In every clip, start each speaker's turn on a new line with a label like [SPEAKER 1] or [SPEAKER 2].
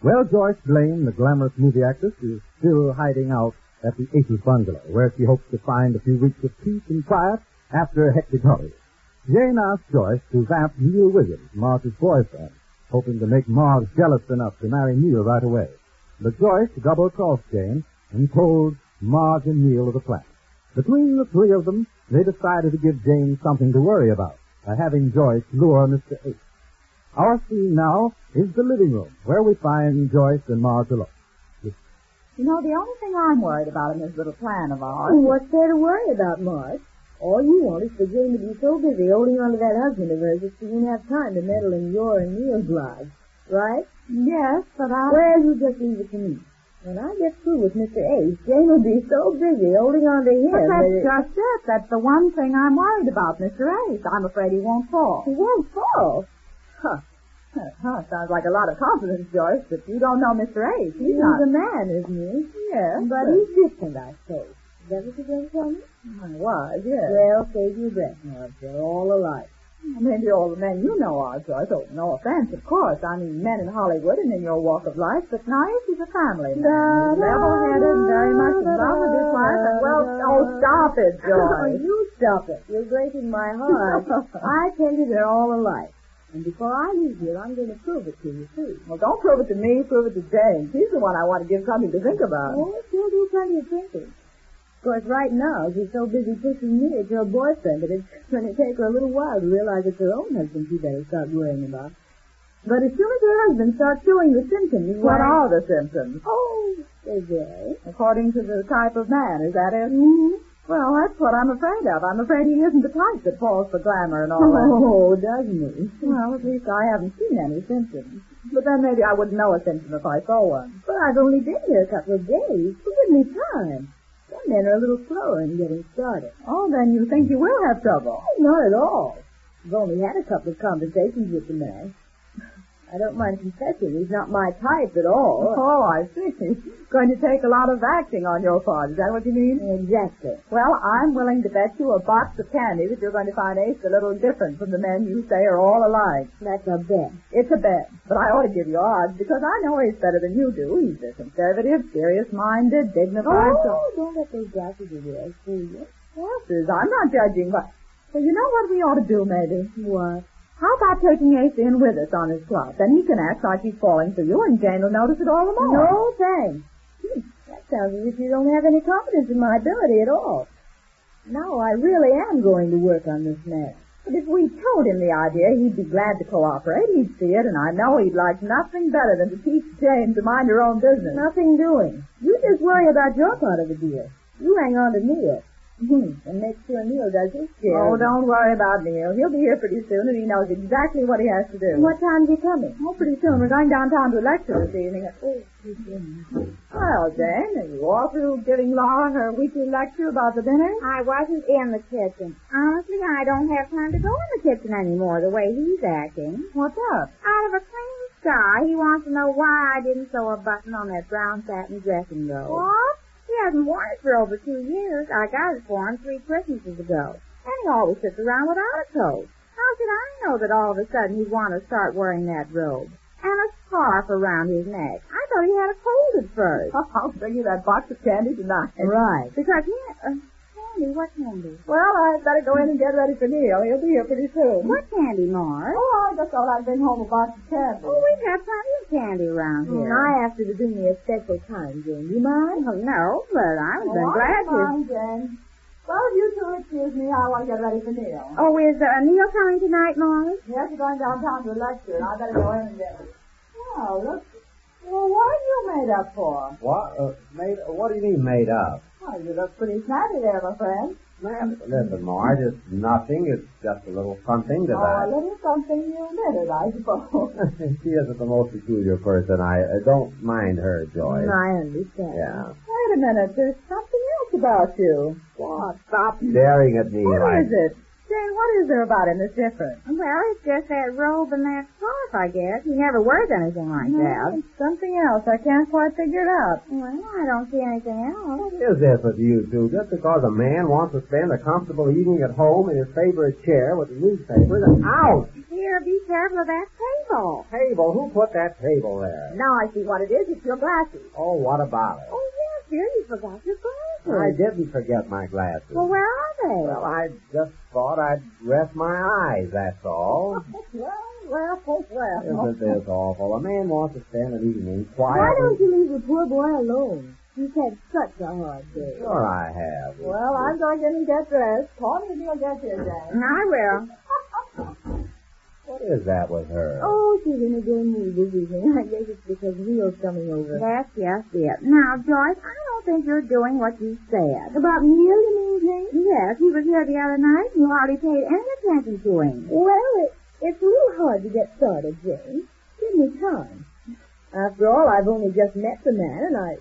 [SPEAKER 1] Well, Joyce Blaine, the glamorous movie actress, is still hiding out at the Aces Bungalow, where she hopes to find a few weeks of peace and quiet after a hectic holiday. Jane asks Joyce to zap Neil Williams, Marge's boyfriend, hoping to make Marge jealous enough to marry Neil right away. But Joyce double-crossed Jane and told Marge and Neil of the plan. Between the three of them, they decided to give Jane something to worry about by having Joyce lure Mr. Ace. Our scene now is the living room, where we find Joyce and Marge alone.
[SPEAKER 2] You know, the only thing I'm worried about in this little plan of ours.
[SPEAKER 3] Oh, what's there to worry about, Marge? All you want is for Jane to be so busy holding on to that husband of hers that she won't have time to meddle in your and Neil's lives, right?
[SPEAKER 2] Yes, but I.
[SPEAKER 3] Well, you just leave it to me. When I get through with Mr. Ace, Jane will be so busy holding on to him
[SPEAKER 2] But
[SPEAKER 3] that
[SPEAKER 2] that's
[SPEAKER 3] it...
[SPEAKER 2] just it. That's the one thing I'm worried about, Mr. Ace. I'm afraid he won't fall.
[SPEAKER 3] He won't fall.
[SPEAKER 2] Huh, sounds like a lot of confidence, Joyce, but you don't know Mr. Ace. He's
[SPEAKER 3] He's
[SPEAKER 2] not.
[SPEAKER 3] a man, isn't he?
[SPEAKER 2] Yes,
[SPEAKER 3] But
[SPEAKER 2] but-
[SPEAKER 3] he's different, I suppose. Is that what you're going to tell me?
[SPEAKER 2] I was, yes.
[SPEAKER 3] Well, save your breath, Marge. They're all alike.
[SPEAKER 2] Maybe all the men you know are, Joyce. Oh, no offense, of course. I mean, men in Hollywood and in your walk of life, but Nice is a family man. He's Level-headed, and very much in love with his wife, and well, oh, stop it,
[SPEAKER 3] Oh,
[SPEAKER 2] Joyce.
[SPEAKER 3] you stop it. You're breaking my heart. I tell you, they're all alike. And before I leave here, I'm going to prove it to you, too.
[SPEAKER 2] Well, don't prove it to me, prove it to Jane. She's the one I want to give something to think about.
[SPEAKER 3] Oh, she'll do plenty of thinking. Of course, right now, she's so busy pushing me as your boyfriend that it's going to take her a little while to realize it's her own husband she better start worrying about. But as soon as her husband starts showing the symptoms,
[SPEAKER 2] What
[SPEAKER 3] why-
[SPEAKER 2] are the symptoms?
[SPEAKER 3] Oh, they're there.
[SPEAKER 2] According to the type of man, is that it?
[SPEAKER 3] Mm-hmm.
[SPEAKER 2] Well, that's what I'm afraid of. I'm afraid he isn't the type that falls for glamour and all that.
[SPEAKER 3] Oh, doesn't he?
[SPEAKER 2] Well, at least I haven't seen any symptoms. But then maybe I wouldn't know a symptom if I saw one.
[SPEAKER 3] But I've only been here a couple of days. Give me time. Some men are a little slower in getting started.
[SPEAKER 2] Oh, then you think you will have trouble.
[SPEAKER 3] Oh, not at all. I've only had a couple of conversations with the man. I don't mind confessing he's not my type at all.
[SPEAKER 2] Oh, I see. Going to take a lot of acting on your part. Is that what you mean?
[SPEAKER 3] Exactly.
[SPEAKER 2] Well, I'm willing to bet you a box of candy that you're going to find Ace a little different from the men you say are all alike.
[SPEAKER 3] That's a bet.
[SPEAKER 2] It's a bet, but I ought to give you odds because I know Ace better than you do. He's a conservative, serious-minded, dignified.
[SPEAKER 3] Oh, don't let those glasses of yours fool you.
[SPEAKER 2] Glasses. I'm not judging, but well, you know what we ought to do, maybe.
[SPEAKER 3] What?
[SPEAKER 2] How about taking Ace in with us on his club? Then he can act like he's falling for you, and Jane will notice it all the more.
[SPEAKER 3] No, thanks. Hmm, that sounds as if you don't have any confidence in my ability at all. Now I really am going to work on this man.
[SPEAKER 2] But if we told him the idea, he'd be glad to cooperate. He'd see it, and I know he'd like nothing better than to teach Jane to mind her own business.
[SPEAKER 3] Nothing doing. You just worry about your part of the deal. You hang on to Neil. Hmm, And make sure Neil does his share.
[SPEAKER 2] Oh, don't worry about Neil. He'll be here pretty soon, and he knows exactly what he has to do.
[SPEAKER 3] What time's he coming?
[SPEAKER 2] Oh, pretty soon. We're going downtown to a lecture this evening.
[SPEAKER 3] Oh, he's in.
[SPEAKER 2] Well, Jane, are you all through giving Laura her weekly lecture about the dinner?
[SPEAKER 3] I wasn't in the kitchen. Honestly, I don't have time to go in the kitchen anymore the way he's acting.
[SPEAKER 2] What's up?
[SPEAKER 3] Out of a clean sky, he wants to know why I didn't sew a button on that brown satin dressing robe. What? He hasn't worn it for over two years. I got it for him three Christmases ago. And he always sits around without a coat. How should I know that all of a sudden he'd want to start wearing that robe? And a scarf around his neck. I thought he had a cold at first.
[SPEAKER 2] I'll bring you that box of candy tonight.
[SPEAKER 3] Right.
[SPEAKER 2] Because he... Uh, oh,
[SPEAKER 3] candy? What candy?
[SPEAKER 2] Well, I'd better go in and get ready for Neil. He'll be here pretty soon.
[SPEAKER 3] What candy, Mars?
[SPEAKER 2] Oh, I just thought I'd bring home a box of candy. Mm,
[SPEAKER 3] Oh, we have plenty of candy around here.
[SPEAKER 2] I asked her to do me a special time, Jane. You mind?
[SPEAKER 3] Well, no, but I would have been
[SPEAKER 2] oh,
[SPEAKER 3] glad
[SPEAKER 2] I'm
[SPEAKER 3] to.
[SPEAKER 2] fine, Jane. Well, if you two excuse me, I want to get ready for Neil.
[SPEAKER 3] Oh, is uh, Neil coming tonight, Mars?
[SPEAKER 2] Yes, you're going downtown to a lecture, and I better go in and get it. Oh, look. Well, what are you made up for?
[SPEAKER 1] What? Uh, made, what do you mean made up?
[SPEAKER 2] Well, you look pretty snatty there, my friend.
[SPEAKER 1] Man, listen, Marge, it's nothing. It's just a little something that
[SPEAKER 2] Oh,
[SPEAKER 3] Uh,
[SPEAKER 2] a little something you knitted, I suppose.
[SPEAKER 1] I... she isn't the most peculiar person. I uh, don't mind her, Joyce.
[SPEAKER 3] I understand.
[SPEAKER 1] Yeah.
[SPEAKER 2] Wait a minute, there's something else about you.
[SPEAKER 1] What? Stop staring at me
[SPEAKER 2] What
[SPEAKER 1] like
[SPEAKER 2] is it? Jane, what is there about him that's different?
[SPEAKER 3] Well, it's just that robe and that scarf, I guess. He never wears anything like that.
[SPEAKER 2] It's something else. I can't quite figure it out.
[SPEAKER 3] Well, I don't see anything else.
[SPEAKER 1] What is this with you two? Just because a man wants to spend a comfortable evening at home in his favorite chair with a newspaper, then ouch!
[SPEAKER 3] Here, be careful of that table.
[SPEAKER 1] Table, who put that table there?
[SPEAKER 3] Now I see what it is. It's your glasses.
[SPEAKER 1] Oh, what about it?
[SPEAKER 3] Oh, yes, dear, you forgot your glasses.
[SPEAKER 1] I didn't forget my glasses.
[SPEAKER 3] Well, where are they?
[SPEAKER 1] Well, I just thought I'd rest my eyes, that's all.
[SPEAKER 2] Well, well, well, well.
[SPEAKER 1] Isn't this awful? A man wants to spend an evening quietly.
[SPEAKER 3] Why don't you leave the poor boy alone? He's had such a hard day.
[SPEAKER 1] Sure I have.
[SPEAKER 2] Well, I'm going in and get dressed. Call me when you get here, Jane.
[SPEAKER 3] Mm, I will.
[SPEAKER 1] What is that with her?
[SPEAKER 3] Oh, she's in a good mood this evening. I guess it's because Neil's coming over. That's just it. Now, Joyce, I don't think you're doing what you said. About Neil, you mean, Jane? Yes, he was here the other night and you hardly paid any attention to him.
[SPEAKER 2] Well, it, it's a little hard to get started, Jane. Give me time. After all, I've only just met the man, and I,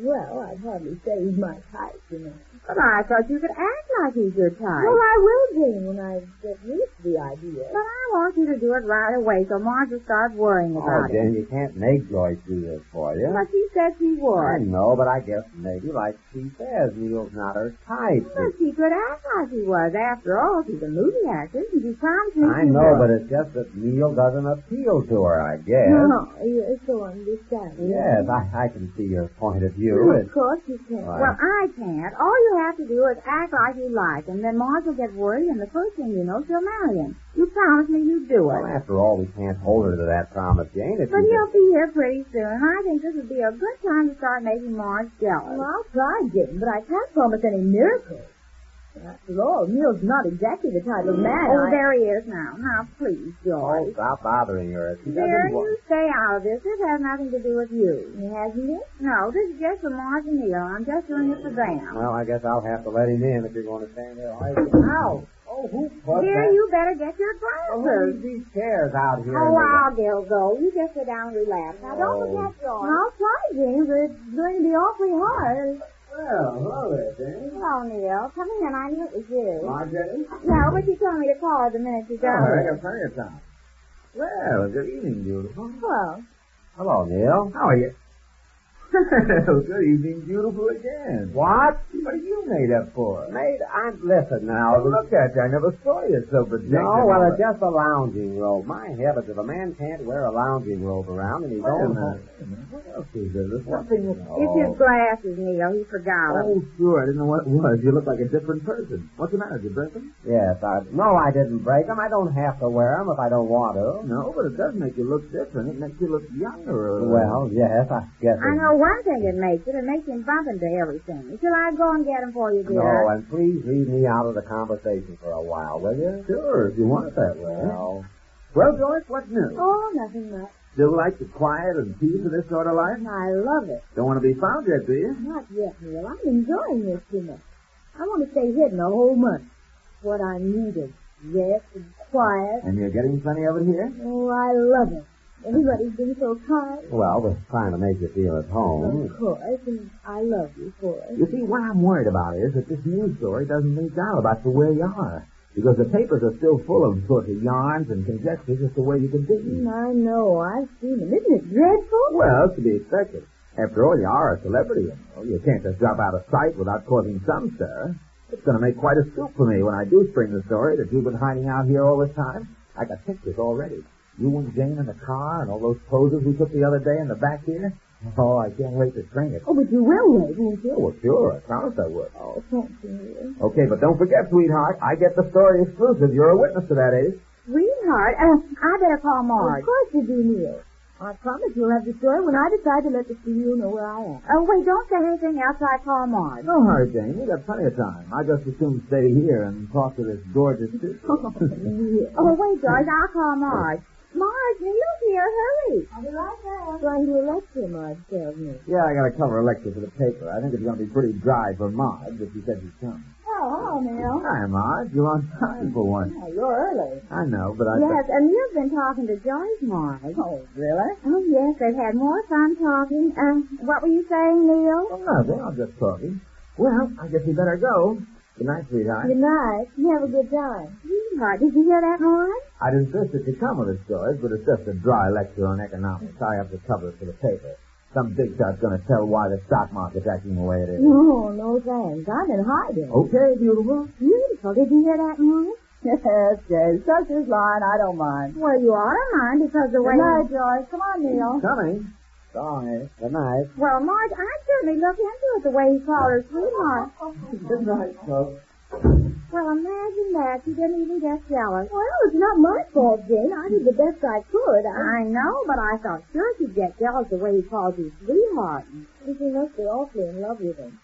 [SPEAKER 2] well, I'd hardly say he's my type, you know.
[SPEAKER 3] But I thought you could act like he's your type.
[SPEAKER 2] Well, I will, Jane, when I get used to the idea.
[SPEAKER 3] but I want you to do it right away so Marge will start worrying
[SPEAKER 1] Oh,
[SPEAKER 3] about it.
[SPEAKER 1] Jane, you can't make Joyce do this for you.
[SPEAKER 3] But she said she
[SPEAKER 1] I
[SPEAKER 3] would.
[SPEAKER 1] know, but I guess maybe, like she says, Neil's not her type.
[SPEAKER 3] But she could act like she was. After all, she's a movie actress, and she promised me
[SPEAKER 1] I
[SPEAKER 3] she
[SPEAKER 1] know,
[SPEAKER 3] would.
[SPEAKER 1] but it's just that Neil doesn't appeal to her, I guess.
[SPEAKER 3] No, you're so understanding.
[SPEAKER 1] Yes, I, I can see your point of view. It's,
[SPEAKER 3] course you can.
[SPEAKER 1] Why?
[SPEAKER 3] Well, I can't. All you have to do is act like you like, and then Marge will get worried, and the first thing you know, she'll marry him. You promised me you'd do
[SPEAKER 1] well,
[SPEAKER 3] it.
[SPEAKER 1] after all, we can't hold her to that promise, Jane. If
[SPEAKER 3] But
[SPEAKER 1] you
[SPEAKER 3] he'll be here pretty soon, and I think this would be a good time to start making Marge jealous.
[SPEAKER 2] Well, I'll try, Jane, but I can't promise any miracles. After all, Neil's not exactly the type of man I...
[SPEAKER 3] oh, there he is now. Now, please,
[SPEAKER 1] Oh,
[SPEAKER 3] George.
[SPEAKER 1] stop bothering her. If she
[SPEAKER 3] There
[SPEAKER 1] doesn't
[SPEAKER 3] you
[SPEAKER 1] want...
[SPEAKER 3] stay out of this. This has nothing to do with you. It hasn't it? No, this is just for Marge and Neil. I'm just doing it for them.
[SPEAKER 1] Well, I guess I'll have to let him in if you're going to stand there like Ow! Oh, who put
[SPEAKER 3] Here,
[SPEAKER 1] that?
[SPEAKER 3] you better get
[SPEAKER 1] Oh,
[SPEAKER 3] your glasses.
[SPEAKER 1] who leaves these chairs out here? in
[SPEAKER 3] Oh,
[SPEAKER 1] the-
[SPEAKER 3] wow, they'll go. You just sit down and relax. Now, don't
[SPEAKER 1] Oh.
[SPEAKER 3] forget, George. I'll try, Jane, but it's going to be awfully hard.
[SPEAKER 1] Well, hello there, Jane.
[SPEAKER 3] Hello, Neil. Come in. I knew it was you.
[SPEAKER 1] Marjorie?
[SPEAKER 3] No, but you told me to call her the minute you
[SPEAKER 1] Oh,
[SPEAKER 3] got
[SPEAKER 1] I
[SPEAKER 3] here.
[SPEAKER 1] got plenty of time. Well, good evening, beautiful.
[SPEAKER 3] Well,
[SPEAKER 1] Hello, Neil. How are you? Good evening, beautiful again. What? What are you made up for? Made? I'm listen now. Look at you. I never saw you so protected. No, well, it's just a lounging robe. My heavens, if a man can't wear a lounging robe around in his own home, what else is there? There's nothing at
[SPEAKER 3] it's his glasses, Neil. He forgot 'em.
[SPEAKER 4] Oh, sure. I didn't know what it was. You look like a different person. What's the matter? Did you break them?
[SPEAKER 1] Yes, I. No, I didn't break them. I don't have to wear them if I don't want to.
[SPEAKER 4] No, but it does make you look different. It makes you look younger. uh,
[SPEAKER 1] Well, yes, I guess.
[SPEAKER 3] I know one thing it makes it. It makes him bump into everything. Shall I go and get him for you,
[SPEAKER 1] No,
[SPEAKER 3] dear?
[SPEAKER 1] and please leave me out of the conversation for a while, will you?
[SPEAKER 4] Sure, if you want it that way.
[SPEAKER 1] Well,
[SPEAKER 4] Well, George, what's new?
[SPEAKER 3] Oh, nothing much.
[SPEAKER 4] Still like the quiet and peace of this sort of life?
[SPEAKER 3] I love it.
[SPEAKER 4] Don't want to be found yet, do you?
[SPEAKER 3] Not yet, Neil. I'm enjoying this too much. I want to stay hidden a whole month. What I need is rest and quiet.
[SPEAKER 4] And you're getting plenty of it here?
[SPEAKER 3] Oh, I love it. Everybody's been so kind.
[SPEAKER 1] well, we're trying to make you feel at home.
[SPEAKER 3] Of course, and I love you for it.
[SPEAKER 4] You see, what I'm worried about is that this news story doesn't leak out about the way you are. Because the papers are still full of sort of yarns and conjectures as to where you can be.
[SPEAKER 5] Mm, uh,
[SPEAKER 3] I know. I've seen him. Isn't it dreadful?
[SPEAKER 4] Well, it's to be expected. After all, you are a celebrity, you know. You can't just drop out of sight without causing some stir. It's going to make quite a scoop for me when I do spring the story that you've been hiding out here all this time. I got pictures already. You and Jane in the car and all those poses we took the other day in the back here.
[SPEAKER 1] Oh, I can't wait to train it.
[SPEAKER 5] Oh, but you will wait, won't you?
[SPEAKER 1] Oh, well, sure. I promised I would.
[SPEAKER 5] Oh, thank you.
[SPEAKER 1] Okay, but don't forget, sweetheart, I get the story exclusive. You're a witness to that, eh? Ace.
[SPEAKER 3] Sweetheart, uh, I better call Marge.
[SPEAKER 5] Of course you do, Neil. I promise you'll have the story when I decide to let the studio know where I am.
[SPEAKER 3] Oh, wait, don't say anything else I call Marge.
[SPEAKER 1] No hurry, Jane. We got plenty of time. I just as soon stay here and talk to this gorgeous sister.
[SPEAKER 3] Oh, wait, George, I'll call Marge. Marge, Neil here, hurry.
[SPEAKER 5] I'll be right there.
[SPEAKER 3] Going to a lecture, Marge tells me.
[SPEAKER 1] yeah, I got to cover a lecture for the paper. I think it's going to be pretty dry for Marge, but she said she'd come.
[SPEAKER 5] Oh, hello, Neil.
[SPEAKER 1] Hi, Marge. You're on time for once.
[SPEAKER 5] Oh, you're early.
[SPEAKER 1] I know, but I...
[SPEAKER 3] Yes, and you've been talking to George, Marge.
[SPEAKER 5] Oh, really?
[SPEAKER 3] Oh, yes, they've had more fun talking. Uh, what were you saying, Neil?
[SPEAKER 1] Oh, nothing. I'm just talking. Well, I guess we better go. Good night, sweetheart.
[SPEAKER 5] night. You have a good time.
[SPEAKER 3] Sweetheart, did you hear that, Marge?
[SPEAKER 1] I'd insist that you come with us, George, but it's just a dry lecture on economics. I have to cover it for the paper. Some big shot's gonna tell why the stock market's acting the way it is.
[SPEAKER 5] No, no thanks. I'm in hiding.
[SPEAKER 1] Okay, beautiful.
[SPEAKER 3] Beautiful. Did you hear that, Marge?
[SPEAKER 5] Yes, yes. Such is line. I don't mind.
[SPEAKER 3] Well, you ought to mind because the way...
[SPEAKER 5] Good night, George. Come on, Neil.
[SPEAKER 1] Coming. Sorry. eh? Good night.
[SPEAKER 3] Well, Marge, I certainly look into it the way he called her sweetheart.
[SPEAKER 1] Good night, folks.
[SPEAKER 3] Well, imagine that. She didn't even get jealous.
[SPEAKER 5] Well, it's not my fault, Jane. I did the best I could.
[SPEAKER 3] I know, but I thought sure she'd get jealous the way he called you sweetheart.
[SPEAKER 5] But you must be awfully in love with him.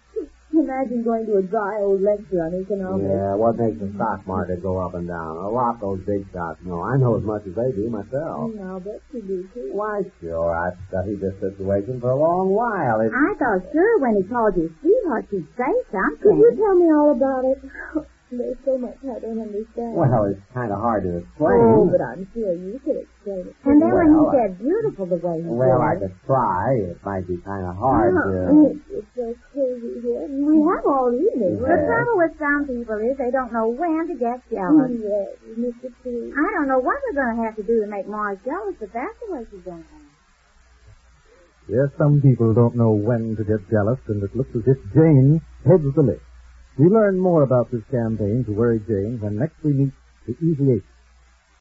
[SPEAKER 5] Imagine going to a dry old lecture on economics.
[SPEAKER 1] Yeah, what makes the stock market go up and down? A lot those big shots know. I know as much as they do myself.
[SPEAKER 5] Now, bet you do, too.
[SPEAKER 1] Why, sure, I've studied this situation for a long while. It,
[SPEAKER 3] I thought sure when he called you sweetheart she'd say
[SPEAKER 5] Could you
[SPEAKER 3] something.
[SPEAKER 5] tell me all about it? There's so much I don't understand.
[SPEAKER 1] well, it's kind of hard to explain.
[SPEAKER 5] oh, but I'm sure you could explain it.
[SPEAKER 3] And then when he
[SPEAKER 1] Well, I-
[SPEAKER 3] said beautiful the way he
[SPEAKER 1] Well, I
[SPEAKER 3] said it.
[SPEAKER 1] could try. It might be kind of hard
[SPEAKER 5] Oh,
[SPEAKER 1] to.
[SPEAKER 5] it's- it's so crazy here. We have all evening.
[SPEAKER 3] The
[SPEAKER 1] Yeah.
[SPEAKER 3] trouble with some people is they don't know when to get jealous.
[SPEAKER 5] Yes, Mr. Mm, T.
[SPEAKER 3] I don't know what we're going to have to do to make Marge jealous, but that's the way she's going to act.
[SPEAKER 6] Yes, some people don't know when to get jealous, and it looks as if Jane heads the E list. We learn more about this campaign to worry Jane when next we meet the Easy Eight.